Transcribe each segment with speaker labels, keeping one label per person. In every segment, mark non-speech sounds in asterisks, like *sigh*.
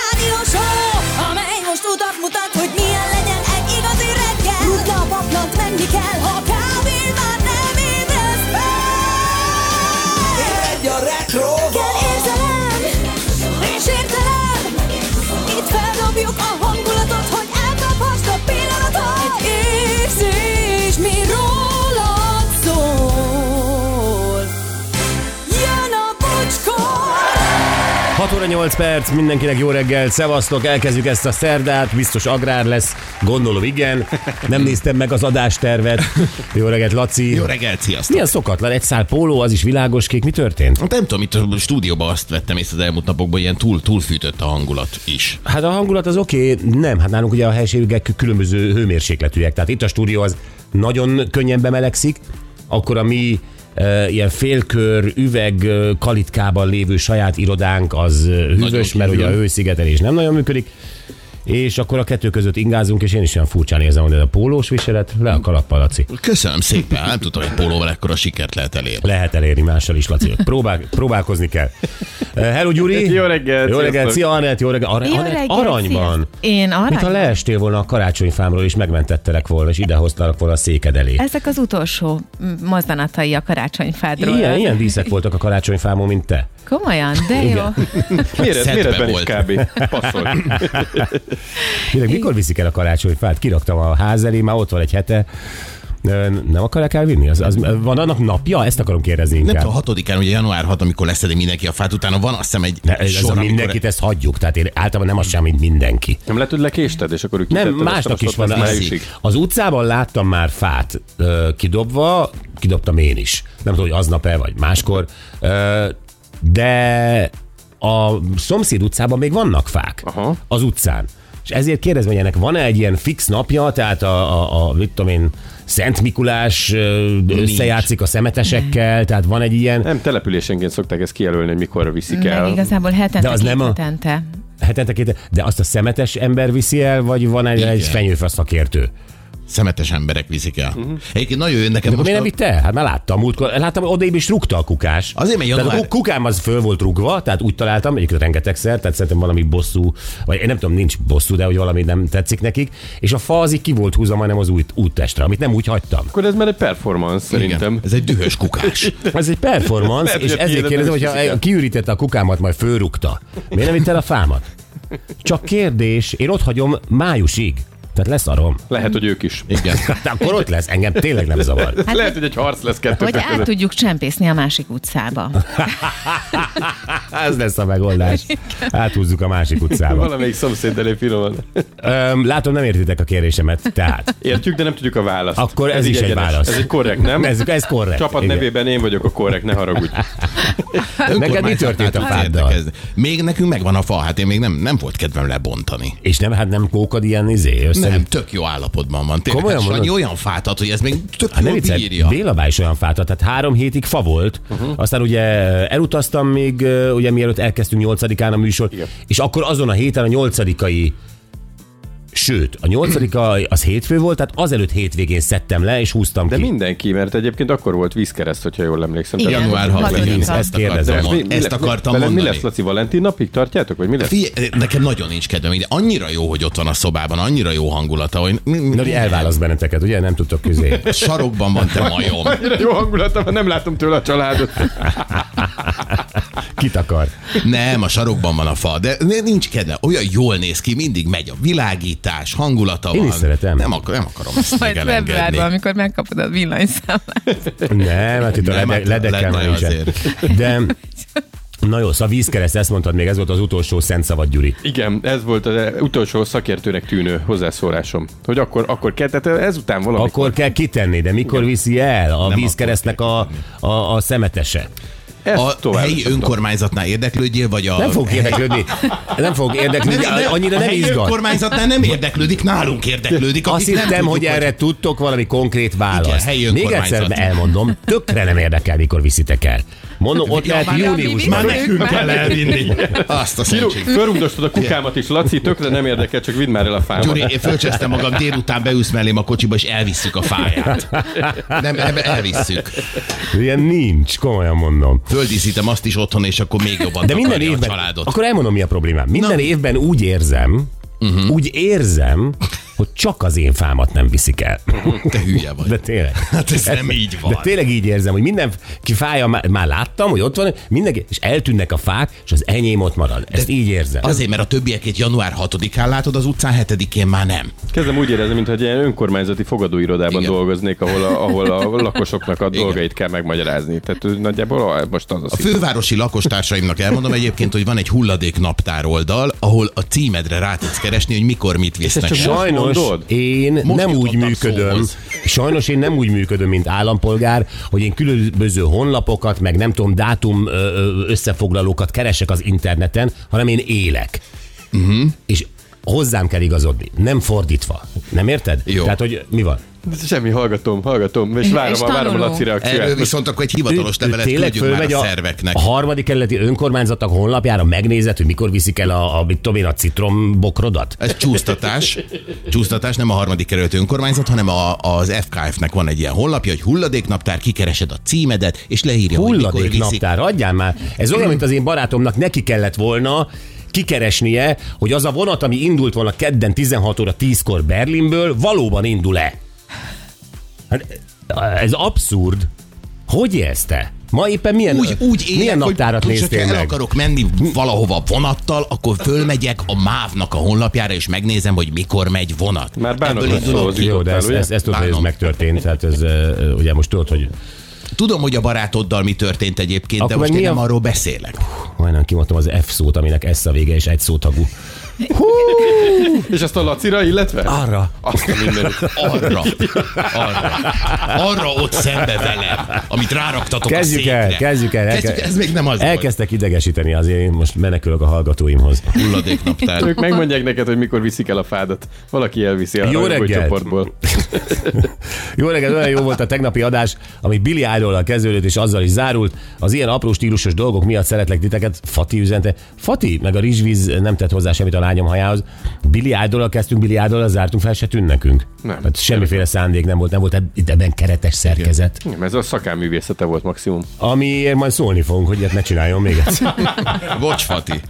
Speaker 1: rádió show, amely most utat mutat, hogy milyen legyen egy igazi reggel. Rutna a paplant, menni kell, ha kávé már nem ébresz fel.
Speaker 2: Egy a retro
Speaker 1: Kell érzelem, és értelem, itt feldobjuk a hangulatot, hogy elkaphast a pillanatot. Egy érzés, mi rólad szól. Jön a bocskor!
Speaker 3: 6 óra 8 perc, mindenkinek jó reggel, szevasztok, elkezdjük ezt a szerdát, biztos agrár lesz, gondolom igen. Nem néztem meg az adástervet. Jó reggelt, Laci.
Speaker 4: Jó reggelt, sziasztok!
Speaker 3: Milyen szokatlan, egy szál póló, az is világos kék, mi történt?
Speaker 4: Hát Nem tudom, itt a stúdióban azt vettem észre az elmúlt napokban, ilyen túl, túl fűtött a hangulat is.
Speaker 3: Hát a hangulat az oké, okay. nem, hát nálunk ugye a helységek különböző hőmérsékletűek, tehát itt a stúdió az nagyon könnyen bemelegszik, akkor a mi e, ilyen félkör, üveg e, kalitkában lévő saját irodánk az e, hűvös, mert ugye
Speaker 4: kívül.
Speaker 3: a hőszigetelés nem nagyon működik, és akkor a kettő között ingázunk, és én is olyan furcsán érzem, hogy ez a pólós viselet, le a kalappal, Laci.
Speaker 4: Köszönöm szépen, nem tudtam, hogy pólóval ekkora sikert lehet elérni.
Speaker 3: Lehet elérni mással is, Laci. Próbál, próbálkozni kell. E, Hello, Gyuri!
Speaker 5: Jó reggelt,
Speaker 3: Jó reggelt!
Speaker 5: sziasztok!
Speaker 3: Szia, Anett! Jó reggelt! Ar-
Speaker 6: Jó
Speaker 3: Anett,
Speaker 6: reggelt,
Speaker 3: aranyban!
Speaker 6: sziasztok. Én arany?
Speaker 3: Mintha leestél volna a karácsonyfámról, és megmentettelek volna, és idehoztalak volna a széked elé.
Speaker 6: Ezek az utolsó m- mozdanatai a karácsonyfádról.
Speaker 3: Ilyen, ilyen díszek voltak a karácsonyfámon, mint te.
Speaker 6: Komolyan, de jó.
Speaker 4: Szentben
Speaker 5: Méret, méretben is
Speaker 4: volt.
Speaker 5: kb. Passzol.
Speaker 3: Tényleg, mikor viszik el a karácsonyfát? Kiraktam a ház elé, már ott van egy hete. Ö, Nem akarják elvinni? Az, az, van annak napja? Ezt akarom kérdezni
Speaker 4: Nem
Speaker 3: inkább.
Speaker 4: tudom, hatodikán, ugye január 6, amikor leszedi mindenki a fát, utána van azt hiszem egy
Speaker 3: Ne, ez
Speaker 4: sor,
Speaker 3: a
Speaker 4: amikor-
Speaker 3: mindenkit ezt hagyjuk, tehát én általában nem az sem, mint mindenki.
Speaker 5: Nem lehet, hogy lekésted, és akkor ők
Speaker 3: Nem,
Speaker 5: kitetted,
Speaker 3: másnak
Speaker 5: aztán
Speaker 3: is
Speaker 5: azt
Speaker 3: van.
Speaker 5: ott
Speaker 3: Az,
Speaker 5: már
Speaker 4: másik.
Speaker 5: esik.
Speaker 3: az utcában láttam már fát ö, kidobva, kidobtam én is. Nem tudom, hogy aznap-e, vagy máskor. Ö, de a szomszéd utcában még vannak fák.
Speaker 5: Aha.
Speaker 3: Az utcán. És ezért kérdezem, hogy ennek van-e egy ilyen fix napja, tehát a, a, a mit tudom én, Szent Mikulás ö, összejátszik a szemetesekkel, tehát van egy ilyen,
Speaker 5: Nem, településenként szokták ezt kijelölni, hogy mikor viszik
Speaker 6: Meg
Speaker 5: el.
Speaker 6: igazából hetente,
Speaker 3: De az
Speaker 6: két
Speaker 3: nem a-
Speaker 6: hetente.
Speaker 3: hetente két, de azt a szemetes ember viszi el, vagy van egy, egy
Speaker 4: Igen.
Speaker 3: fenyőfa szakértő?
Speaker 4: Szemetes emberek viszik el. Egyébként nagyon jó, nekem
Speaker 3: Mhm. De
Speaker 4: most
Speaker 3: miért nem
Speaker 4: a...
Speaker 3: vitte? el? Hát már láttam múltkor, láttam, hogy odébb is rúgta a kukás.
Speaker 4: Azért, mert
Speaker 3: Tehát a
Speaker 4: január-
Speaker 3: ku- kukám az föl volt rúgva, tehát úgy találtam, egyébként rengetegszer, tehát szerintem valami bosszú, vagy én nem tudom, nincs bosszú, de hogy valami nem tetszik nekik, és a fa az így ki volt húzva majdnem az új úttestre, amit nem úgy hagytam.
Speaker 5: Akkor ez már egy performance szerintem.
Speaker 4: Igen, ez egy dühös kukás.
Speaker 3: Ez egy performance,
Speaker 4: *laughs*
Speaker 5: Lehet,
Speaker 3: és
Speaker 5: hogy a tiédet
Speaker 3: ezért
Speaker 5: nem
Speaker 3: kérdezem,
Speaker 5: is viszik
Speaker 3: hogyha
Speaker 5: el.
Speaker 3: kiürítette a kukámat, majd fölrúgta. Miért nem vitte el a fámat? Csak kérdés, én ott hagyom májusig. Tehát lesz arom. *laughs*
Speaker 5: Lehet, hogy ők is.
Speaker 4: Igen.
Speaker 3: Hát akkor ott lesz, engem tényleg nem zavar.
Speaker 6: Hát,
Speaker 5: Lehet, hogy egy harc lesz kettő
Speaker 6: Hogy át
Speaker 5: között.
Speaker 6: tudjuk csempészni a
Speaker 3: *laughs*
Speaker 6: másik utcába.
Speaker 3: Ez lesz a megoldás. Áthúzzuk a másik utcába.
Speaker 5: *laughs* Valamelyik szomszéd elé finoman.
Speaker 3: Öm, látom, nem értitek a kérésemet, tehát.
Speaker 5: Értjük, de nem tudjuk a választ.
Speaker 3: Akkor ez is
Speaker 5: így
Speaker 3: egy
Speaker 5: egyenes.
Speaker 3: válasz.
Speaker 5: Ez egy korrekt, nem?
Speaker 3: Ez, ez korrekt.
Speaker 5: Csapat
Speaker 3: Igen.
Speaker 5: nevében én vagyok a korrekt, ne haragudj.
Speaker 3: *laughs* Neked mi történt a
Speaker 4: Önkormányzatnál
Speaker 3: fáddal?
Speaker 4: tudsz érdekezni. Még nekünk megvan a fa, hát én még nem, nem volt kedvem lebontani.
Speaker 3: És nem, hát nem kókad ilyen izé,
Speaker 4: Nem,
Speaker 3: össze...
Speaker 4: tök jó állapotban van. Tényleg,
Speaker 3: Komolyan
Speaker 4: Komolyan hát Sanyi
Speaker 3: mondod?
Speaker 4: olyan fát ad, hogy ez még tök
Speaker 3: Hát ne
Speaker 4: jól
Speaker 3: viccelj,
Speaker 4: bírja.
Speaker 3: Béla Bá is olyan fáta, tehát három hétig fa volt, uh-huh. aztán ugye elutaztam még, ö, ugye mielőtt elkezdtünk nyolcadikán a műsor, Igen.
Speaker 5: Igen.
Speaker 3: és akkor azon a héten a nyolcadikai Sőt, a nyolcadika az hétfő volt, tehát azelőtt hétvégén szedtem le, és húztam
Speaker 5: De
Speaker 3: ki.
Speaker 5: mindenki, mert egyébként akkor volt vízkereszt, hogyha jól emlékszem.
Speaker 6: Igen.
Speaker 4: Január
Speaker 6: Igen,
Speaker 4: 6
Speaker 6: hatodika.
Speaker 4: ezt,
Speaker 3: Ezt
Speaker 4: ezt
Speaker 3: kérdezem.
Speaker 4: akartam,
Speaker 5: most
Speaker 4: mond- ezt
Speaker 5: le-
Speaker 4: akartam
Speaker 5: veled
Speaker 4: mondani.
Speaker 5: Mi lesz, Laci, Valentin napig tartjátok, vagy mi lesz?
Speaker 4: Figyelj, nekem nagyon nincs kedvem, de annyira jó, hogy ott van a szobában, annyira jó hangulata, hogy mi- mi-
Speaker 3: Na, hogy elválaszt benneteket, ugye? Nem tudtok izé, közé.
Speaker 4: *laughs* sarokban van te majom.
Speaker 5: Annyira jó hangulata, mert nem látom tőle a családot.
Speaker 3: Kit akar?
Speaker 4: Nem, a sarokban van a fa, de nincs kedve. Olyan jól néz ki, mindig megy a világítás, hangulata
Speaker 3: Én
Speaker 4: van.
Speaker 3: is szeretem.
Speaker 4: Nem, ak- nem akarom ezt még
Speaker 6: Majd
Speaker 4: elengedni.
Speaker 6: februárban, amikor megkapod a villanyszámlát.
Speaker 3: Nem, hát itt a
Speaker 4: Nem,
Speaker 3: lede-
Speaker 4: hát
Speaker 3: ledekkel
Speaker 4: lenne
Speaker 3: már nincsen.
Speaker 4: azért.
Speaker 3: De, na jó, szóval vízkereszt, ezt mondtad még, ez volt az utolsó szent szavad, Gyuri.
Speaker 5: Igen, ez volt az e- utolsó szakértőnek tűnő hozzászólásom. Hogy akkor, akkor kell, tehát ezután valami.
Speaker 3: Akkor kell kitenni, de mikor viszi el a
Speaker 4: Nem
Speaker 3: vízkeresztnek a, a, a szemetese?
Speaker 5: ezt
Speaker 4: A
Speaker 5: tovább.
Speaker 4: helyi önkormányzatnál érdeklődjél, vagy a...
Speaker 3: Nem fog érdeklődni. Nem fog érdeklődni, annyira
Speaker 4: a
Speaker 3: nem
Speaker 4: helyi
Speaker 3: izgat.
Speaker 4: önkormányzatnál nem érdeklődik, nálunk érdeklődik.
Speaker 3: Azt
Speaker 4: akik nem
Speaker 3: hittem,
Speaker 4: tudjuk,
Speaker 3: hogy erre tudtok valami konkrét választ.
Speaker 4: helyi
Speaker 3: Még
Speaker 4: önkormányzat.
Speaker 3: egyszer elmondom, tökre nem érdekel, mikor viszitek el. Mondom, ott
Speaker 4: Ja,
Speaker 3: lehet
Speaker 4: már-
Speaker 3: júniusban.
Speaker 4: Már
Speaker 6: Már
Speaker 4: nekünk
Speaker 6: nekünk.
Speaker 4: kell elvinni. Azt a szentség.
Speaker 5: Fölrugdosod a kukámat is, Laci, tökre nem érdekel, csak vidd már el a
Speaker 4: Gyuri,
Speaker 5: fámat.
Speaker 4: én fölcsesztem magam, délután beülsz mellém a kocsiba, és elvisszük a fáját. Nem, nem elvisszük.
Speaker 3: Ilyen nincs, komolyan mondom.
Speaker 4: Földíszítem azt is otthon, és akkor még jobban
Speaker 3: De minden
Speaker 4: a
Speaker 3: évben,
Speaker 4: családot.
Speaker 3: akkor elmondom, mi a problémám. Minden évben úgy érzem,
Speaker 4: Mhm.
Speaker 3: uh-huh. úgy érzem, hogy csak az én fámat nem viszik el.
Speaker 4: Te hülye vagy.
Speaker 3: De tényleg.
Speaker 4: *laughs* Hát ez nem így van.
Speaker 3: De tényleg így érzem, hogy mindenki fája, már, már láttam, hogy ott van, mindenki, és eltűnnek a fák, és az enyém ott marad. Ezt így érzem.
Speaker 4: Azért, mert a többieket január 6-án látod, az utcán 7-én már nem.
Speaker 5: Kezdem úgy érezni, mintha egy ilyen önkormányzati fogadóirodában
Speaker 4: Igen.
Speaker 5: Igen. dolgoznék, ahol a, ahol a lakosoknak a
Speaker 4: *laughs* Igen.
Speaker 5: dolgait kell megmagyarázni. Tehát ő nagyjából ah, most az a
Speaker 4: A
Speaker 5: szint.
Speaker 4: fővárosi lakostársaimnak elmondom egyébként, hogy van egy hulladéknaptár oldal, ahol a címedre rá tudsz keresni, hogy mikor mit visznek.
Speaker 5: csak
Speaker 4: el.
Speaker 5: most
Speaker 3: Sajnos
Speaker 5: mondod?
Speaker 3: én
Speaker 4: Most
Speaker 3: nem úgy
Speaker 4: jutottam
Speaker 3: működöm,
Speaker 4: szóhoz.
Speaker 3: sajnos én nem úgy működöm, mint állampolgár, hogy én különböző honlapokat, meg nem tudom, dátum ö, ö, összefoglalókat keresek az interneten, hanem én élek.
Speaker 4: Mhm.
Speaker 3: Uh-huh. És hozzám kell igazodni, nem fordítva. Nem érted?
Speaker 4: Jó.
Speaker 3: Tehát, hogy mi van?
Speaker 5: Semmi, hallgatom, hallgatom, és várom,
Speaker 6: És
Speaker 5: a, várom a
Speaker 6: tanuló.
Speaker 5: Laci
Speaker 4: Erről
Speaker 5: reakciót.
Speaker 4: viszont akkor egy hivatalos
Speaker 3: Ő- ő
Speaker 4: levelet
Speaker 3: tényleg
Speaker 4: küldjünk már
Speaker 3: fölmegy
Speaker 4: a szerveknek.
Speaker 3: A harmadik kerületi önkormányzatok honlapjára megnézed, hogy mikor viszik el a, a, mit tudom én, a citrombokrodat?
Speaker 4: Ez csúsztatás. Csúsztatás nem a harmadik kerület önkormányzat, hanem a, az FKF-nek van egy ilyen honlapja, hogy hulladéknaptár, kikeresed a címedet, és leírja, hogy mikor viszik.
Speaker 3: Hulladéknaptár, adjál már. Ez olyan, mint az én barátomnak neki kellett volna kikeresnie, hogy az a vonat, ami indult volna kedden 16 óra 10-kor Berlinből, valóban indul-e. Hát, ez abszurd. Hogy élsz te? Ma éppen milyen,
Speaker 4: Úgy, úgy élek,
Speaker 3: milyen
Speaker 4: hogy-
Speaker 3: naptárat
Speaker 4: hogy
Speaker 3: néztél
Speaker 4: hogyha el
Speaker 3: meg?
Speaker 4: akarok menni valahova vonattal, akkor fölmegyek a MÁV-nak a honlapjára, és megnézem, hogy mikor megy vonat.
Speaker 5: Már bánok
Speaker 4: Ebből
Speaker 5: a
Speaker 4: indulok
Speaker 5: szóhoz
Speaker 4: ki.
Speaker 3: Jó, de
Speaker 5: jutottál,
Speaker 3: ezt,
Speaker 5: ugye?
Speaker 3: ezt, ezt tudod, hogy ez
Speaker 4: Bánom.
Speaker 3: megtörtént. Tehát ez, ö, ugye most tudod, hogy
Speaker 4: Tudom, hogy a barátoddal mi történt egyébként,
Speaker 3: Akkor
Speaker 4: de most
Speaker 3: meg
Speaker 4: én
Speaker 3: mi a-
Speaker 4: nem arról beszélek.
Speaker 3: majdnem kimondtam az F szót, aminek S a vége és egy szótagú.
Speaker 5: És ezt a Lacira, illetve?
Speaker 4: Ah.
Speaker 3: Arra.
Speaker 5: Azt a mindenit.
Speaker 4: *laughs* Arra, arra, arra ott szembe velem, amit ráraktatok
Speaker 3: Kezdjük
Speaker 4: a
Speaker 3: el,
Speaker 4: székre.
Speaker 3: kezdjük el. elke-
Speaker 4: kezdjük, ez még nem az volt.
Speaker 3: Elkezdtek idegesíteni, azért én most menekülök a hallgatóimhoz.
Speaker 4: hulladéknaptár.
Speaker 5: Ők megmondják neked, hogy mikor viszik el a fádat. Valaki elviszi
Speaker 3: Jó
Speaker 5: a rajongói
Speaker 3: reggelt! *laughs*
Speaker 5: csoportból.
Speaker 3: Jó reggelt, olyan jó volt a tegnapi adás, ami Billy idol kezdődött és azzal is zárult. Az ilyen apró stílusos dolgok miatt szeretlek titeket. Fati üzente. Fati, meg a rizsvíz nem tett hozzá semmit a lányom hajához. Billy idol kezdtünk, Billy idol zártunk, fel se tűn nekünk.
Speaker 5: Nem.
Speaker 3: Hát semmiféle szándék nem volt, nem volt eb- ebben keretes szerkezet.
Speaker 5: Nem, ez a szakáművészete volt maximum.
Speaker 3: Amiért majd szólni fogunk, hogy ilyet ne csináljon még egyszer.
Speaker 4: Bocs, Fati.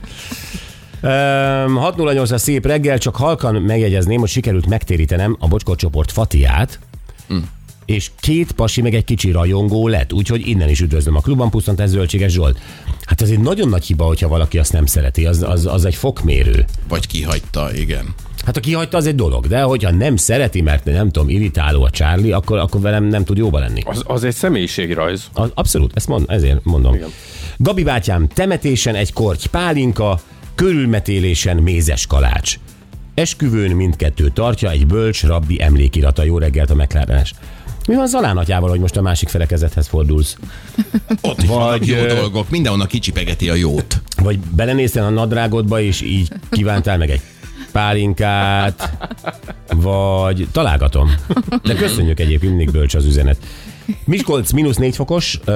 Speaker 3: Öm, 608 a szép reggel, csak halkan megjegyezném, hogy sikerült megtérítenem a Bocskor csoport Fatiát, és két pasi meg egy kicsi rajongó lett, úgyhogy innen is üdvözlöm a klubban, pusztant ez Zöldséges Zsolt. Hát az egy nagyon nagy hiba, hogyha valaki azt nem szereti, az, az, az egy fokmérő.
Speaker 4: Vagy kihagyta, igen.
Speaker 3: Hát aki hagyta, az egy dolog, de hogyha nem szereti, mert nem tudom, irritáló a Charlie, akkor, akkor velem nem tud jóba lenni.
Speaker 5: Az, az egy személyiségrajz.
Speaker 3: Az, abszolút, ezt mond, ezért mondom. Igen. Gabi bátyám, temetésen egy korty pálinka, körülmetélésen mézes kalács. Esküvőn mindkettő tartja egy bölcs rabbi emlékirata. Jó reggelt a McLarenás. Mi van Zalán atyával, hogy most a másik felekezethez fordulsz?
Speaker 4: Ott is vannak
Speaker 3: Vagy,
Speaker 4: jó
Speaker 3: ö,
Speaker 4: dolgok, mindenhonnan kicsipegeti a jót.
Speaker 3: Vagy belenéztél a nadrágodba, és így kívántál meg egy pálinkát, vagy találgatom. De köszönjük egyébként, mindig bölcs az üzenet. Miskolc mínusz 4 fokos, ö,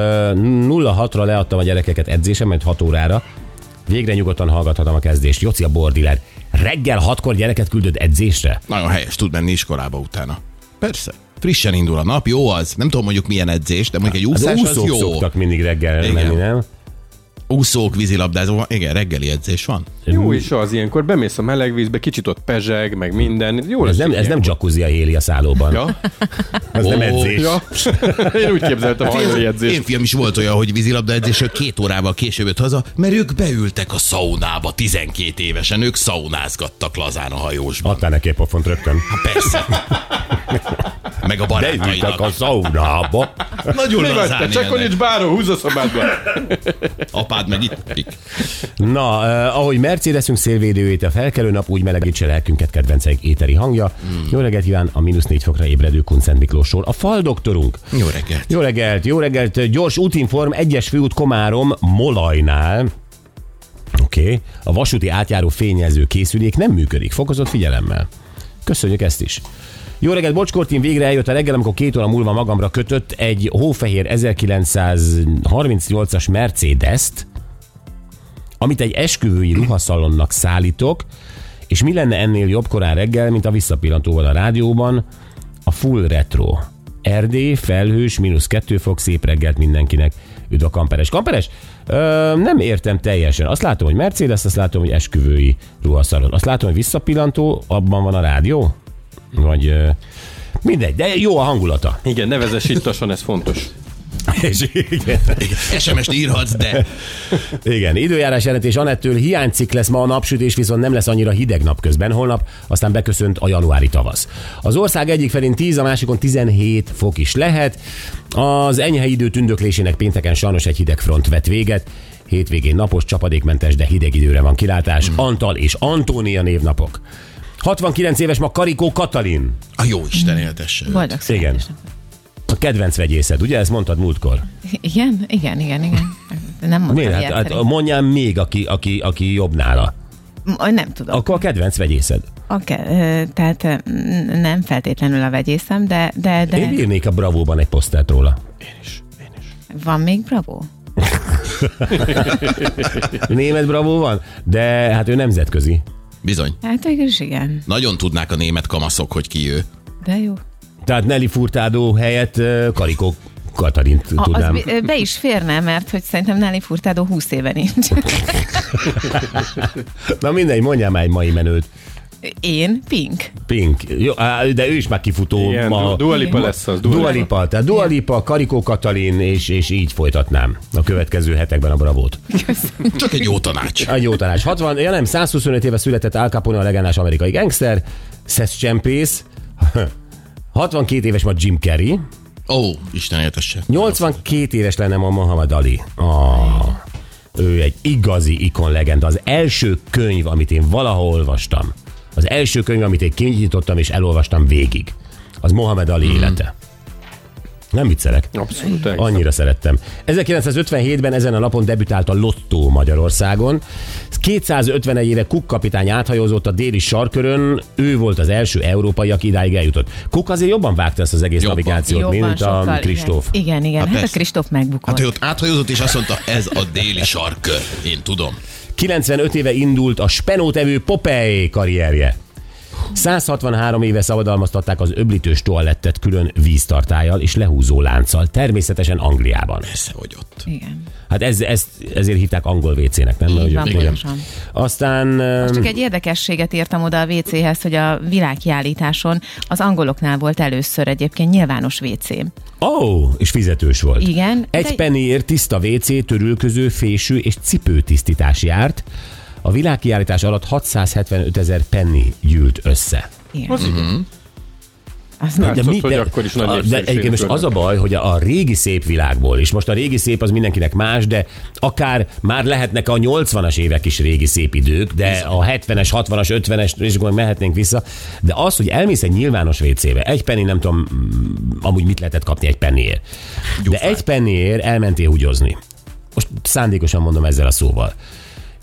Speaker 3: 0-6-ra leadtam a gyerekeket edzésem, majd 6 órára. Végre nyugodtan hallgathatom a kezdést. Joci a bordiler. Reggel 6-kor gyereket küldöd edzésre?
Speaker 4: Nagyon helyes, tud menni iskolába utána. Persze. Frissen indul a nap, jó az. Nem tudom mondjuk milyen edzés, de mondjuk egy
Speaker 3: Az
Speaker 4: úszás az
Speaker 3: úszók
Speaker 4: jó.
Speaker 3: szoktak mindig reggel
Speaker 4: Igen.
Speaker 3: menni, nem?
Speaker 4: Úszók, vízilabdázó, igen, reggeli edzés van.
Speaker 5: Jó is az, ilyenkor bemész a meleg vízbe, kicsit ott pezseg, meg minden. Jó
Speaker 3: Ez
Speaker 5: lesz
Speaker 3: nem,
Speaker 5: így
Speaker 3: ez nem jacuzzi a héli a szállóban.
Speaker 5: Ja,
Speaker 3: Ez nem
Speaker 4: Ó,
Speaker 3: edzés.
Speaker 5: ja. *laughs* Én úgy képzeltem a
Speaker 3: Hát
Speaker 5: hajnali
Speaker 4: Én
Speaker 5: edzést.
Speaker 4: fiam is volt olyan, hogy vízilabda edzésről két órával később jött haza, mert ők beültek a szaunába 12 évesen, ők szaunázgattak lazán a hajósban.
Speaker 3: Adtál neki egy pofont rögtön.
Speaker 4: Hát Persze. Meg a
Speaker 3: Hát, Beültek
Speaker 4: barátainak.
Speaker 3: a szaunába.
Speaker 4: Nagyon
Speaker 5: Mi vagy te?
Speaker 4: lazán
Speaker 5: Csekonics
Speaker 4: élnek.
Speaker 5: báró, húzza szobádba.
Speaker 4: Apád meg itt.
Speaker 3: Na, eh, ahogy Mercedesünk szélvédőjét a felkelő nap, úgy melegítse lelkünket kedvenceik éteri hangja. Mm. Jó reggelt kíván a mínusz négy fokra ébredő Kuncent Miklósról. A fal doktorunk.
Speaker 4: Jó reggelt.
Speaker 3: Jó reggelt, jó reggelt. Gyors útinform, egyes főút Komárom, Molajnál. Oké. Okay. A vasúti átjáró fényező készülék nem működik. Fokozott figyelemmel. Köszönjük ezt is. Jó reggelt, Bocskortin végre eljött a reggel, amikor két óra múlva magamra kötött egy hófehér 1938-as Mercedes-t, amit egy esküvői ruhaszalonnak szállítok, és mi lenne ennél jobb korán reggel, mint a visszapillantóval a rádióban, a full retro. Erdély, felhős, mínusz kettő fok, szép reggelt mindenkinek. Üdv a Kamperes. Kamperes, ö, nem értem teljesen. Azt látom, hogy Mercedes, azt látom, hogy esküvői ruhaszalon. Azt látom, hogy visszapillantó, abban van a rádió? Vagy ö, mindegy, de jó a hangulata. *laughs*
Speaker 5: Igen, nevezes ittasson, ez fontos.
Speaker 3: És igen.
Speaker 4: SMS-t írhatsz, de
Speaker 3: Igen, időjárás jelentés Anettől hiánycik lesz ma a napsütés, viszont nem lesz annyira hideg napközben holnap, aztán beköszönt a januári tavasz. Az ország egyik felén 10, a másikon 17 fok is lehet. Az enyhe idő tündöklésének pénteken sajnos egy hideg front vett véget. Hétvégén napos, csapadékmentes, de hideg időre van kilátás. Antal és Antónia névnapok. 69 éves ma Karikó Katalin.
Speaker 4: a jó Isten éltesse. őt.
Speaker 6: Boldog
Speaker 3: Igen.
Speaker 6: születésnapot.
Speaker 3: A kedvenc vegyészed, ugye? Ezt mondtad múltkor.
Speaker 6: Igen, igen, igen, igen. Nem mondtam
Speaker 3: Miért? Hát,
Speaker 6: ilyet. Hát,
Speaker 3: hát mondjál még, aki, aki, aki jobb nála.
Speaker 6: nem tudom.
Speaker 3: Akkor a kedvenc vegyészed.
Speaker 6: Oké, ö, tehát ö, n- nem feltétlenül a vegyészem, de, de, de
Speaker 3: Én írnék a Bravóban egy posztert róla.
Speaker 6: van még Bravo?
Speaker 3: Német Bravó van, de hát ő nemzetközi.
Speaker 4: Bizony.
Speaker 6: Hát végül is igen,
Speaker 4: Nagyon tudnák a német kamaszok, hogy ki ő.
Speaker 6: de jó.
Speaker 3: Tehát Nelly Furtado helyett ö, Karikó Katarint
Speaker 6: A, az
Speaker 3: tudnám.
Speaker 6: bi- ö, be is férne, mert hogy szerintem Nelly Furtado 20 éve
Speaker 3: *laughs*
Speaker 6: nincs.
Speaker 3: Na mindegy, mondjál már egy mai menőt.
Speaker 6: Én, Pink.
Speaker 3: Pink. Jó, á, de ő is már kifutó.
Speaker 5: Igen,
Speaker 3: ma.
Speaker 5: du- Dua Lipa lesz az. Dua Lipa.
Speaker 3: Dualipa, tehát Dualipa, Karikó Katalin, és, és így folytatnám a következő hetekben a Bravót.
Speaker 4: Csak egy jó tanács.
Speaker 3: Egy jó tanács. 60, ja nem, 125 éve született Al Capone, a legendás amerikai gangster, Seth *laughs* Csempész, 62 éves ma Jim Carrey,
Speaker 4: Ó, Isten éltesse.
Speaker 3: 82 éves lenne ma Mohamed Ali. Ah, ő egy igazi ikon legenda. Az első könyv, amit én valahol olvastam, az első könyv, amit én kinyitottam és elolvastam végig, az Mohamed Ali élete. Nem viccelek.
Speaker 5: Abszolút. egész.
Speaker 3: Annyira szerettem. 1957-ben ezen a napon debütált a Lottó Magyarországon. 251 éve Cook kapitány áthajózott a déli sarkörön, ő volt az első európai, aki idáig eljutott. Cook azért jobban vágta ezt az egész
Speaker 4: Jobban.
Speaker 3: navigációt,
Speaker 6: Jobban
Speaker 3: mint a
Speaker 6: sokkal,
Speaker 3: Kristóf.
Speaker 6: Igen, igen, igen.
Speaker 4: Hát
Speaker 6: hát a
Speaker 4: persze.
Speaker 6: Kristóf megbukott.
Speaker 4: Hát ő ott áthajózott, és azt mondta, ez a déli sarkör. Én tudom.
Speaker 3: 95 éve indult a spenótevő Popeye karrierje. 163 éve szabadalmaztatták az öblítős toalettet külön víztartájjal és lehúzó lánccal, természetesen Angliában.
Speaker 4: Persze, hogy ott.
Speaker 6: Igen.
Speaker 3: Hát ez, ez, ezért hívták angol WC-nek, nem? Ahogy
Speaker 6: van,
Speaker 3: ott mondjam.
Speaker 6: pontosan.
Speaker 3: Aztán
Speaker 6: Most
Speaker 3: ö,
Speaker 6: csak egy érdekességet írtam oda a WC-hez, hogy a világkiállításon az angoloknál volt először egyébként nyilvános WC.
Speaker 3: Ó, oh, és fizetős volt.
Speaker 6: Igen,
Speaker 3: Egy
Speaker 6: de-
Speaker 3: pennyért tiszta WC, törülköző, fésű és cipőtisztítás járt. A világkiállítás alatt 675 ezer penny gyűlt össze.
Speaker 6: Igen. Az nem.
Speaker 5: Látszott, hogy akkor is nagy
Speaker 3: a, de
Speaker 5: népszerűségű
Speaker 3: egyébként most
Speaker 5: körben.
Speaker 3: az a baj, hogy a, a régi szép világból, és most a régi szép az mindenkinek más, de akár már lehetnek a 80-as évek is régi szép idők, de a 70-es, 60-as, 50-es, és akkor mehetnénk vissza, de az, hogy elmész egy nyilvános WC-be, egy penny nem tudom, mm, amúgy mit lehetett kapni egy pennyért, de egy pennyért elmentél húgyozni. Most szándékosan mondom ezzel a szóval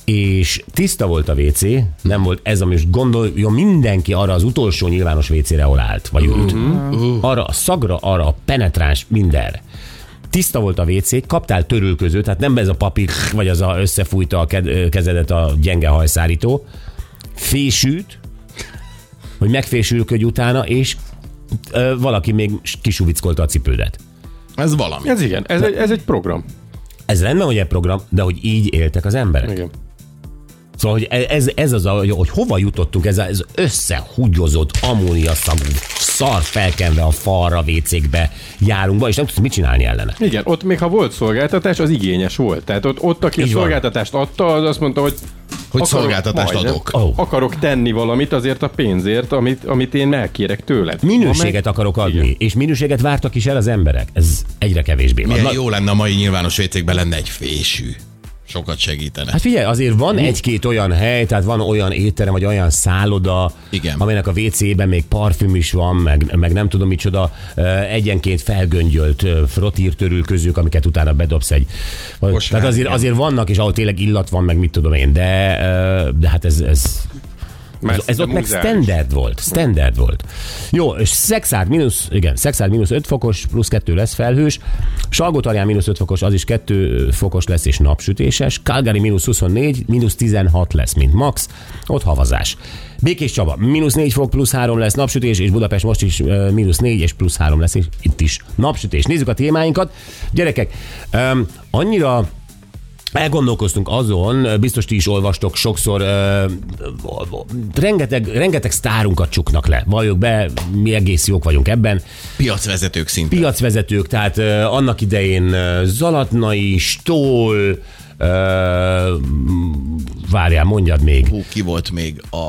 Speaker 3: és tiszta volt a WC, nem volt ez, ami most gondoljon mindenki arra az utolsó nyilvános WC-re, ahol állt, vagy ült. Arra a szagra, arra a penetráns, mindenre. Tiszta volt a WC, kaptál törülközőt, tehát nem ez a papír, vagy az a összefújta a ked- ö, kezedet a gyenge hajszárító. Fésült, hogy megfésülködj utána, és ö, valaki még kisuvickolta a cipődet.
Speaker 4: Ez valami.
Speaker 5: Ez igen, ez egy, ez egy program.
Speaker 3: Ez rendben, hogy egy program, de hogy így éltek az emberek.
Speaker 5: Igen.
Speaker 3: Szóval, hogy ez, ez az, a, hogy hova jutottunk, ez az összehugyozott ammóniaszagú szar felkenve a falra, vécékbe járunk be, és nem tudsz mit csinálni ellene.
Speaker 5: Igen, ott még ha volt szolgáltatás, az igényes volt. Tehát ott, ott aki a
Speaker 3: Így van.
Speaker 5: szolgáltatást adta, az azt mondta, hogy
Speaker 4: Hogy szolgáltatást
Speaker 5: majdnem.
Speaker 4: adok.
Speaker 3: Ó.
Speaker 5: akarok tenni valamit azért a pénzért, amit, amit én elkérek tőled. Ha meg-
Speaker 3: Minőséget akarok adni,
Speaker 5: Igen.
Speaker 3: és minőséget vártak is el az emberek. Ez egyre kevésbé van.
Speaker 4: Milyen
Speaker 3: Na-
Speaker 4: jó lenne a mai nyilvános vécékben lenne egy fésű. Sokat segítene.
Speaker 3: Hát figyelj, azért van egy-két olyan hely, tehát van olyan étterem, vagy olyan szálloda,
Speaker 4: Igen.
Speaker 3: amelynek a WC-ben még parfüm is van, meg, meg nem tudom micsoda, ö, egyenként felgöngyölt ö, frotírtörül közük, amiket utána bedobsz egy...
Speaker 4: Kosár,
Speaker 3: tehát azért,
Speaker 4: igen.
Speaker 3: azért vannak, és ahol tényleg illat van, meg mit tudom én, de, ö, de hát ez, ez Ez, ez ott meg standard volt. Standard volt. Jó, és szexárd mínusz, igen, szexárd mínusz 5 fokos, plusz 2 lesz felhős. Salgotarján mínusz 5 fokos, az is 2 fokos lesz és napsütéses. Calgary mínusz 24, mínusz 16 lesz, mint max. Ott havazás. Békés Csaba, mínusz 4 fok, plusz 3 lesz napsütés, és Budapest most is ö, mínusz 4 és plusz 3 lesz, és itt is napsütés. Nézzük a témáinkat. Gyerekek, öm, annyira Elgondolkoztunk azon, biztos ti is olvastok sokszor, ö, rengeteg, rengeteg sztárunkat csuknak le. Valljuk be, mi egész jók vagyunk ebben.
Speaker 4: Piacvezetők szinten.
Speaker 3: Piacvezetők, tehát ö, annak idején ö, Zalatnai, Stól, ö, várjál, mondjad még.
Speaker 4: Hú, ki volt még a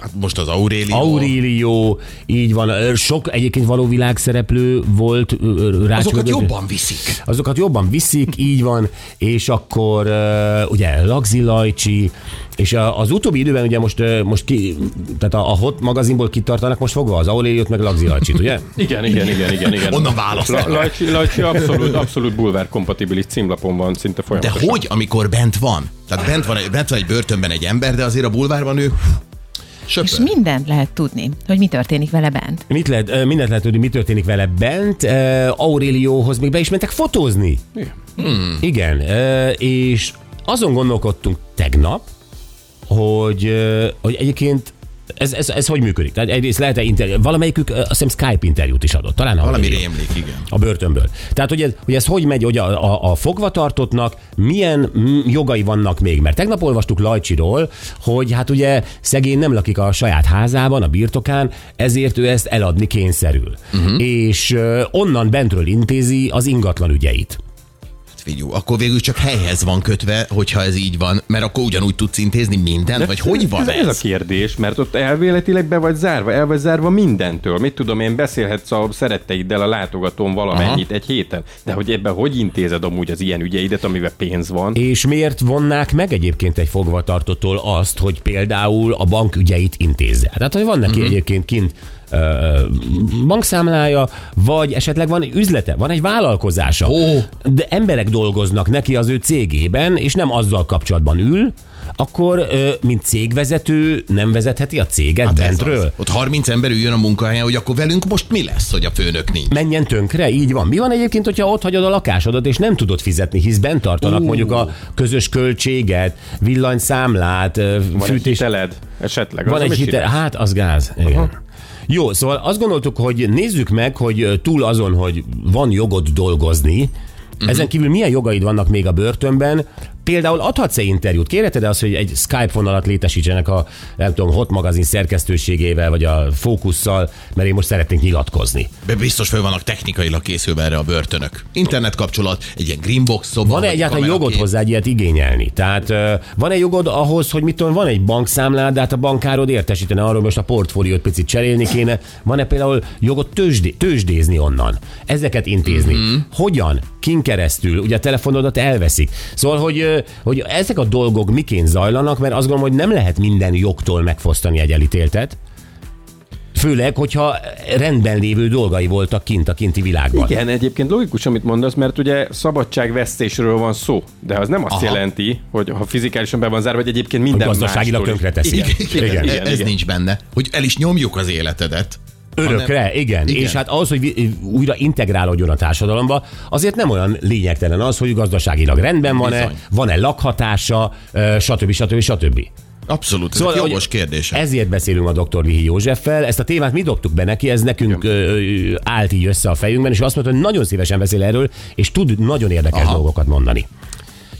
Speaker 4: hát most az Aurélia.
Speaker 3: Aurélió, így van. Ö, Sok egyébként való világszereplő volt ö, ö, rács
Speaker 4: Azokat
Speaker 3: mögött.
Speaker 4: jobban viszik.
Speaker 3: Azokat jobban *laughs* viszik, így van, és akkor ö, ugye Lagzi Lajcsi, és a- az utóbbi időben ugye most, ö, most ki, tehát a, a Hot magazinból kitartanak most fogva az Auréliót meg Lagzi Lajcsit, ugye?
Speaker 5: Igen, igen, igen, igen, igen.
Speaker 4: Onnan választ.
Speaker 5: La- Lajcsi, Lajcsi abszolút, abszolút bulvár kompatibilis címlapon van szinte
Speaker 4: De
Speaker 5: folyamatosan.
Speaker 4: hogy, amikor bent van? Tehát bent van, bent van egy börtönben egy ember, de azért a bulvárban ő
Speaker 6: És
Speaker 4: söpör.
Speaker 6: mindent lehet tudni, hogy mi történik vele bent.
Speaker 3: *laughs* Mit lehet, ö, mindent lehet tudni, mi történik vele bent. Ö, Aurélióhoz még be is mentek fotózni. Hmm. Igen, ö, és azon gondolkodtunk tegnap, hogy, ö, hogy egyébként ez, ez, ez hogy működik? Tehát egyrészt lehet-e interjú, valamelyikük ö, azt hiszem Skype interjút is adott, talán
Speaker 4: Valami
Speaker 3: Aurélió.
Speaker 4: rémlik, igen.
Speaker 3: A börtönből. Tehát, hogy ez hogy, ez hogy megy, hogy a, a, a fogvatartottnak milyen mm, jogai vannak még? Mert tegnap olvastuk Lajcsiról, hogy hát ugye szegény nem lakik a saját házában, a birtokán, ezért ő ezt eladni kényszerül. Uh-huh. És ö, onnan bentről intézi az ingatlan ügyeit.
Speaker 4: Hát Figyú, akkor végül csak helyhez van kötve, hogyha ez így van, mert akkor ugyanúgy tudsz intézni mindent, vagy hogy van
Speaker 5: ez, ez? a kérdés, mert ott elvéletileg be vagy zárva, el vagy zárva mindentől. Mit tudom én, beszélhetsz a szeretteiddel a látogatón valamennyit Aha. egy héten, de hogy ebben hogy intézed amúgy az ilyen ügyeidet, amivel pénz van?
Speaker 3: És miért vonnák meg egyébként egy fogvatartottól azt, hogy például a bank ügyeit intézze? Tehát, hogy van neki
Speaker 4: Mhm.
Speaker 3: uh-huh. egyébként kint ö, bankszámlája, vagy esetleg van egy üzlete, van egy vállalkozása.
Speaker 4: Ó.
Speaker 3: De emberek dolgoznak neki az ő cégében, és nem azzal kapcsolatban ül, akkor, ö, mint cégvezető, nem vezetheti a céget hát
Speaker 4: Hát ez az.
Speaker 3: bentről?
Speaker 4: Ott 30 ember üljön a munkahelyen, hogy akkor velünk most mi lesz, hogy a főnök nincs.
Speaker 3: menjen tönkre, így van. Mi van egyébként, hogyha ott hagyod a lakásodat, és nem tudod fizetni, hisz bent tartanak uh. mondjuk a közös költséget, villanyszámlát, ö,
Speaker 5: Van egy
Speaker 3: fűtés.
Speaker 5: hiteled esetleg?
Speaker 3: Van
Speaker 5: az,
Speaker 3: egy
Speaker 5: amit
Speaker 3: hitel,
Speaker 5: csinálsz?
Speaker 3: hát az gáz. Igen. Jó, szóval azt gondoltuk, hogy nézzük meg, hogy ö, túl azon, hogy van jogod dolgozni, uh-huh. ezen kívül milyen jogaid vannak még a börtönben, Például adhatsz-e interjút? Kérheted azt, hogy egy Skype vonalat létesítsenek a, nem tudom, Hot magazin szerkesztőségével, vagy a Fókusszal, mert én most szeretnék nyilatkozni.
Speaker 4: Be biztos föl vannak technikailag készülve erre a börtönök. Internet kapcsolat, egy ilyen greenbox szoba.
Speaker 3: Van-e
Speaker 4: vagy
Speaker 3: egyáltalán
Speaker 4: kamerakép.
Speaker 3: jogod hozzá egy ilyet igényelni? Tehát ö, van-e jogod ahhoz, hogy mit tudom, van egy bankszámlád, de hát a bankárod értesítene arról, hogy most a portfóliót picit cserélni kéne. Van-e például jogod tőzsdé, tőzsdézni onnan? Ezeket intézni. Mm-hmm. Hogyan? Kin keresztül? Ugye a telefonodat elveszik. Szóval, hogy, ö, hogy ezek a dolgok miként zajlanak, mert azt gondolom, hogy nem lehet minden jogtól megfosztani egy elítéltet. Főleg, hogyha rendben lévő dolgai voltak kint a kinti világban.
Speaker 5: Hát Igen, egyébként logikus, amit mondasz, mert ugye szabadságvesztésről van szó, de az nem azt
Speaker 4: Aha.
Speaker 5: Aha. jelenti, hogy ha fizikálisan be van zárva, vagy egyébként minden
Speaker 3: gazdaságilag
Speaker 5: mástól is.
Speaker 3: tönkreteszi.
Speaker 5: Igen,
Speaker 3: Igen.
Speaker 5: igen,
Speaker 4: Igen,
Speaker 5: igen,
Speaker 4: ez
Speaker 5: igen.
Speaker 4: nincs benne, hogy el is nyomjuk az életedet.
Speaker 3: Örökre, igen. igen.
Speaker 4: Igen.
Speaker 3: És hát ahhoz, hogy vi- újra integrálódjon a társadalomba, azért nem olyan lényegtelen az, hogy gazdaságilag rendben van-e,
Speaker 4: Bizony.
Speaker 3: van-e lakhatása, ö, stb. stb. stb.
Speaker 4: Abszolút, szóval, ezek jogos kérdések.
Speaker 3: Ezért beszélünk a dr. Lihi Józseffel. Ezt a témát mi dobtuk be neki, ez nekünk ö, ö, állt így össze a fejünkben, és ő azt mondta, hogy nagyon szívesen beszél erről, és tud nagyon érdekes Aha.
Speaker 4: Aha.
Speaker 3: dolgokat mondani.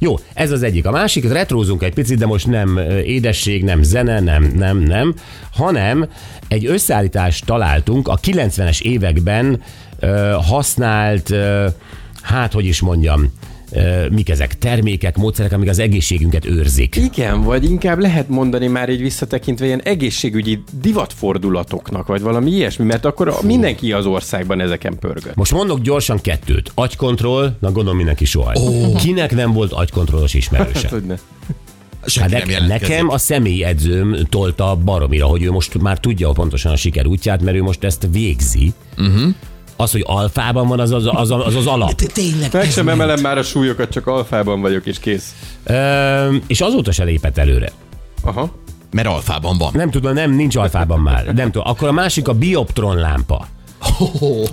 Speaker 3: Jó, ez az egyik. A másik, retrózunk egy picit, de most nem ö, édesség, nem zene, nem, nem, nem, hanem egy összeállítást találtunk a 90-es években ö, használt, ö, hát hogy is mondjam, ö, mik ezek, termékek, módszerek, amik az egészségünket őrzik.
Speaker 5: Igen, vagy inkább lehet mondani már így visszatekintve ilyen egészségügyi divatfordulatoknak, vagy valami ilyesmi, mert akkor a- mindenki az országban ezeken pörgött.
Speaker 3: Most mondok gyorsan kettőt. Agykontroll, na gondolom mindenki soha. Oh. Kinek nem volt agykontrollos ismerőse?
Speaker 5: Tudne.
Speaker 4: Senki
Speaker 3: Hát
Speaker 4: Hát, nem
Speaker 3: ne,
Speaker 4: jelentkezik.
Speaker 3: nekem a személyi edzőm tolta baromira, hogy ő most már tudja pontosan a siker útját, mert ő most ezt végzi. Uh-huh.
Speaker 4: Mhm.
Speaker 3: Az, hogy alfában van, az az, az, az, az alap.
Speaker 4: Te Tényleg,
Speaker 5: Meg
Speaker 4: ez
Speaker 5: sem
Speaker 4: mi?
Speaker 5: emelem már a súlyokat, csak alfában vagyok, és kész.
Speaker 3: Ö, és azóta se lépett előre.
Speaker 5: Aha.
Speaker 4: Mert alfában van.
Speaker 3: Nem tudom, nem, nincs alfában már. Nem tudom. Akkor a másik a bioptron lámpa.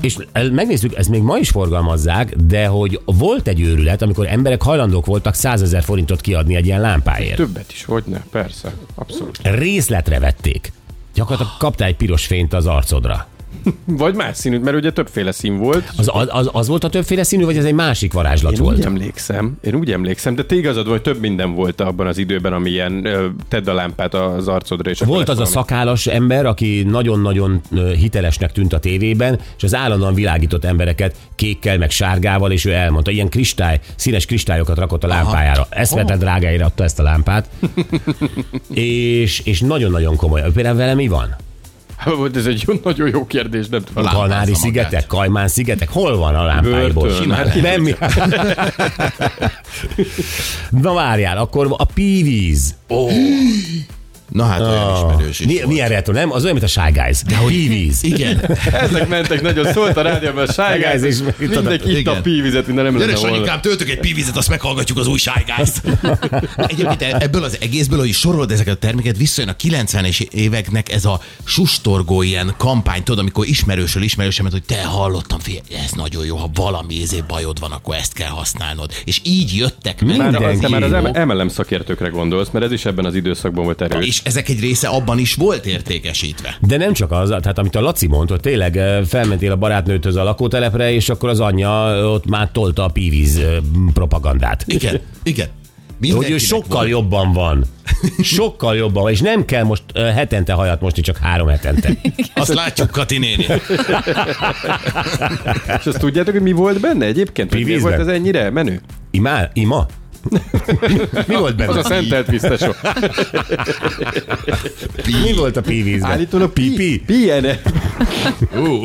Speaker 3: És el- megnéztük, ezt még ma is forgalmazzák, de hogy volt egy őrület, amikor emberek hajlandók voltak 100 ezer forintot kiadni egy ilyen lámpáért.
Speaker 5: Többet is, hogy ne, persze, abszolút.
Speaker 3: Részletre vették. Gyakorlatilag kaptál egy piros fényt az arcodra.
Speaker 5: Vagy más színűt, mert ugye többféle szín volt.
Speaker 3: Az, az, az volt a többféle színű, vagy ez egy másik varázslat
Speaker 5: Én úgy
Speaker 3: volt?
Speaker 5: emlékszem, én úgy emlékszem, de te igazad vagy, több minden volt abban az időben, amilyen ö, tedd a lámpát az arcodra. És akkor
Speaker 3: Volt
Speaker 5: lesz
Speaker 3: az a
Speaker 5: valami.
Speaker 3: szakálas ember, aki nagyon-nagyon ö, hitelesnek tűnt a tévében, és az állandóan világított embereket kékkel, meg sárgával, és ő elmondta, ilyen kristály, színes kristályokat rakott a lámpájára.
Speaker 4: Oh.
Speaker 3: Eszmetlen drágáért adta ezt a
Speaker 4: *laughs*
Speaker 3: lámpát. és, és nagyon-nagyon komoly. Például vele mi van?
Speaker 5: *laughs* Volt ez egy jó- nagyon jó kérdés, nem tudom.
Speaker 4: Lámpázza
Speaker 3: Kanári
Speaker 4: magát.
Speaker 3: szigetek, Kajmán szigetek, hol van a lámpáiból?
Speaker 5: Börtön.
Speaker 3: Simán.
Speaker 5: Hát
Speaker 3: Nem. *laughs* Na várjál, akkor a pívíz.
Speaker 4: Na hát olyan
Speaker 3: Ah.
Speaker 4: ismerős is
Speaker 3: Mi,
Speaker 4: volt.
Speaker 3: milyen retro, nem? Az olyan, mint a Shy Guys. Pívíz. *laughs*
Speaker 4: Igen.
Speaker 5: *laughs* Ezek mentek nagyon, szólt a rádióban,
Speaker 3: Gájz
Speaker 5: sájgáz,
Speaker 3: is
Speaker 5: és
Speaker 3: megtudta.
Speaker 5: mindenki itt
Speaker 4: Igen.
Speaker 5: a pívizet, minden nem
Speaker 4: Gyere,
Speaker 5: lenne
Speaker 4: Sanyi,
Speaker 5: volna.
Speaker 4: inkább töltök egy pívizet, azt meghallgatjuk az új Shy Guys-t. Egyébként ebből az egészből, hogy sorolod ezeket a terméket, visszajön a 90-es éveknek ez a sustorgó ilyen kampány, tudod, amikor ismerősről ismerősömet, hogy te hallottam, fél, ez nagyon jó, ha valami ezé bajod van, akkor ezt kell használnod. És így jöttek meg.
Speaker 5: Már,
Speaker 3: Mindenki
Speaker 5: az, te már az
Speaker 3: jó.
Speaker 5: M- MLM szakértőkre gondolsz, mert ez is ebben az időszakban volt erős.
Speaker 4: És ezek egy része abban is volt értékesítve.
Speaker 3: *laughs* De nem csak az, tehát amit a Laci mond, hogy tényleg eh, felmentél a barátnőtöz a lakótelepre, és akkor az anyja eh, ott már tolta a pívíz eh, propagandát.
Speaker 4: Igen, igen.
Speaker 3: Hogy ő
Speaker 4: Mindenkinek
Speaker 3: sokkal
Speaker 4: volt.
Speaker 3: jobban van. Sokkal jobban van, és nem kell most eh, hetente hajat mosni, csak három hetente.
Speaker 4: Azt látjuk, Kati néni.
Speaker 5: És azt tudjátok, hogy mi volt benne egyébként? Hogy miért
Speaker 3: Pívizben?
Speaker 5: volt ez ennyire menő?
Speaker 3: Imá,
Speaker 5: *laughs*
Speaker 3: ima? Mi volt
Speaker 5: Az
Speaker 3: benne?
Speaker 5: a szentelt biztosó.
Speaker 3: Mi volt a pívízben?
Speaker 5: Állítólag
Speaker 3: Pipi?
Speaker 5: pi, pi ener-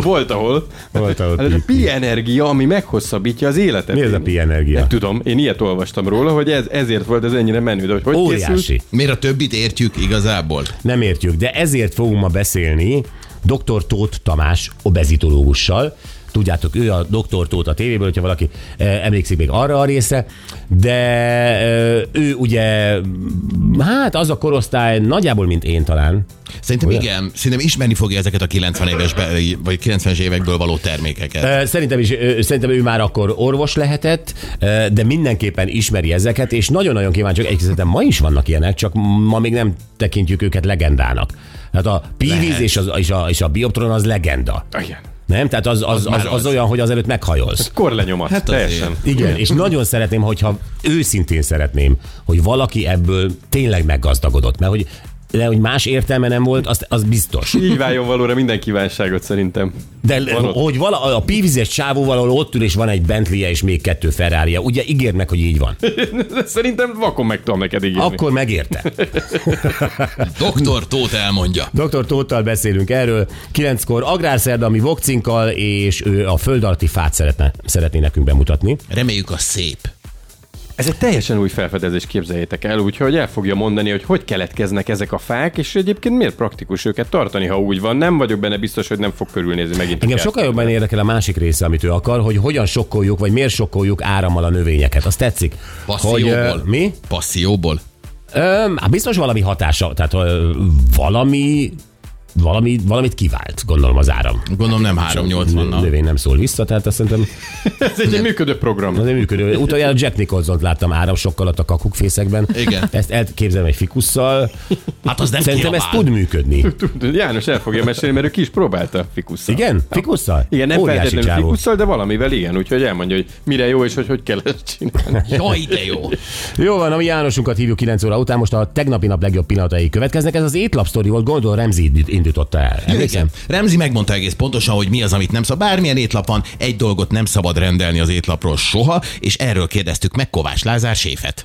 Speaker 5: Volt ahol.
Speaker 3: Volt ahol
Speaker 5: Hát ez a
Speaker 3: pi.
Speaker 5: pi energia, ami meghosszabbítja az életet.
Speaker 3: Mi ez a pi energia?
Speaker 5: Nem tudom, én ilyet olvastam róla, hogy ez, ezért volt ez ennyire menő. De hogy hogy készült?
Speaker 3: Óriási.
Speaker 4: Miért a többit értjük igazából?
Speaker 3: Nem értjük, de ezért fogunk ma beszélni dr. Tóth Tamás obezitológussal. Tudjátok, ő a dr. Tóth a tévéből, hogyha valaki eh, emlékszik még arra a részre, de eh, ő ugye, mm, hát az a korosztály nagyjából, mint én talán.
Speaker 4: Szerintem igen, szerintem ismerni fogja ezeket a 90 éves be, vagy 90-es évekből való termékeket.
Speaker 3: Eh, Szerintem, is, eh, szerintem ő már akkor orvos lehetett, eh, de mindenképpen ismeri ezeket, és nagyon-nagyon kíváncsiak. Egyébként szerintem ma is vannak ilyenek, csak ma még nem tekintjük őket legendának. Tehát a pívíz
Speaker 4: Lehet.
Speaker 3: és, az, és, a, és a bioptron az legenda.
Speaker 5: Ah, Igen.
Speaker 3: Nem? Tehát az, az, az,
Speaker 4: már
Speaker 3: az
Speaker 4: az.
Speaker 3: olyan, hogy azelőtt meghajolsz.
Speaker 5: Korlenyomat, hát
Speaker 4: Hát azért.
Speaker 5: teljesen.
Speaker 3: Igen, és nagyon szeretném, hogyha őszintén szeretném, hogy valaki ebből tényleg meggazdagodott, mert hogy de hogy más értelme nem volt, az, az biztos.
Speaker 5: Így váljon valóra minden kívánságot szerintem. *laughs*
Speaker 3: De
Speaker 5: Van ott.
Speaker 3: hogy vala, a pívizes csávóval ahol ott ül, és van egy bentley és még kettő ferrari Ugye ígérd meg, hogy így van.
Speaker 5: Szerintem vakon meg tudom neked ígérni.
Speaker 3: Akkor megérte.
Speaker 4: Doktor Tóth elmondja.
Speaker 3: Dr. Tóttal beszélünk erről. Kilenckor Agrárszerda, ami Vokcinkkal, és ő a föld alatti fát szeretne, szeretné nekünk bemutatni.
Speaker 4: Reméljük a szép.
Speaker 5: Ez egy teljesen új felfedezés, képzeljétek el, úgyhogy el fogja mondani, hogy hogy keletkeznek ezek a fák, és egyébként miért praktikus őket tartani, ha úgy van. Nem vagyok benne biztos, hogy nem fog körülnézni megint. a
Speaker 3: Engem
Speaker 5: kert.
Speaker 3: sokkal jobban érdekel a másik része, amit ő akar, hogy hogyan sokkoljuk, vagy miért sokkoljuk árammal a növényeket. Azt tetszik. Hogy,
Speaker 4: Passzióból.
Speaker 3: ö, mi?
Speaker 4: Passzióból.
Speaker 3: Ö, hát biztos valami hatása, tehát ö, valami, valami, valamit kivált, gondolom az áram.
Speaker 4: Gondolom nem
Speaker 3: A
Speaker 4: 380-nal.
Speaker 3: növény nem szól vissza, tehát azt szerintem
Speaker 5: Ez egy működő program.
Speaker 3: az nem működő. Utoljára Jack Nicholson-t láttam áramsokkal a kakukfészekben.
Speaker 4: Igen.
Speaker 3: Ezt elképzelem egy fikusszal.
Speaker 4: Hát az nem
Speaker 3: Szerintem ez
Speaker 4: kiabál.
Speaker 3: tud működni.
Speaker 5: Tudod, János el fogja mesélni, mert ő ki is próbálta fikusszal.
Speaker 3: Igen? Fikusszal?
Speaker 5: Igen, nem
Speaker 3: Óriási
Speaker 5: feltétlenül
Speaker 3: csávó.
Speaker 5: fikusszal, de valamivel igen, úgyhogy elmondja, hogy mire jó és hogy hogy kell ezt csinálni.
Speaker 4: Jaj, de
Speaker 3: *laughs*
Speaker 4: jó.
Speaker 3: Jó van, ami Jánosunkat hívjuk 9 óra után, most a tegnapi nap legjobb pillanatai következnek. Ez az étlap sztori volt, Gordon Ramsay indít- indította el. Emlékszem?
Speaker 4: Igen. Remzi megmondta egész pontosan, hogy mi az, amit nem szabad. Bármilyen étlap van, egy dolgot nem szabad rendelni az étlapról soha, és erről kérdeztük meg Kovács Lázár séfet.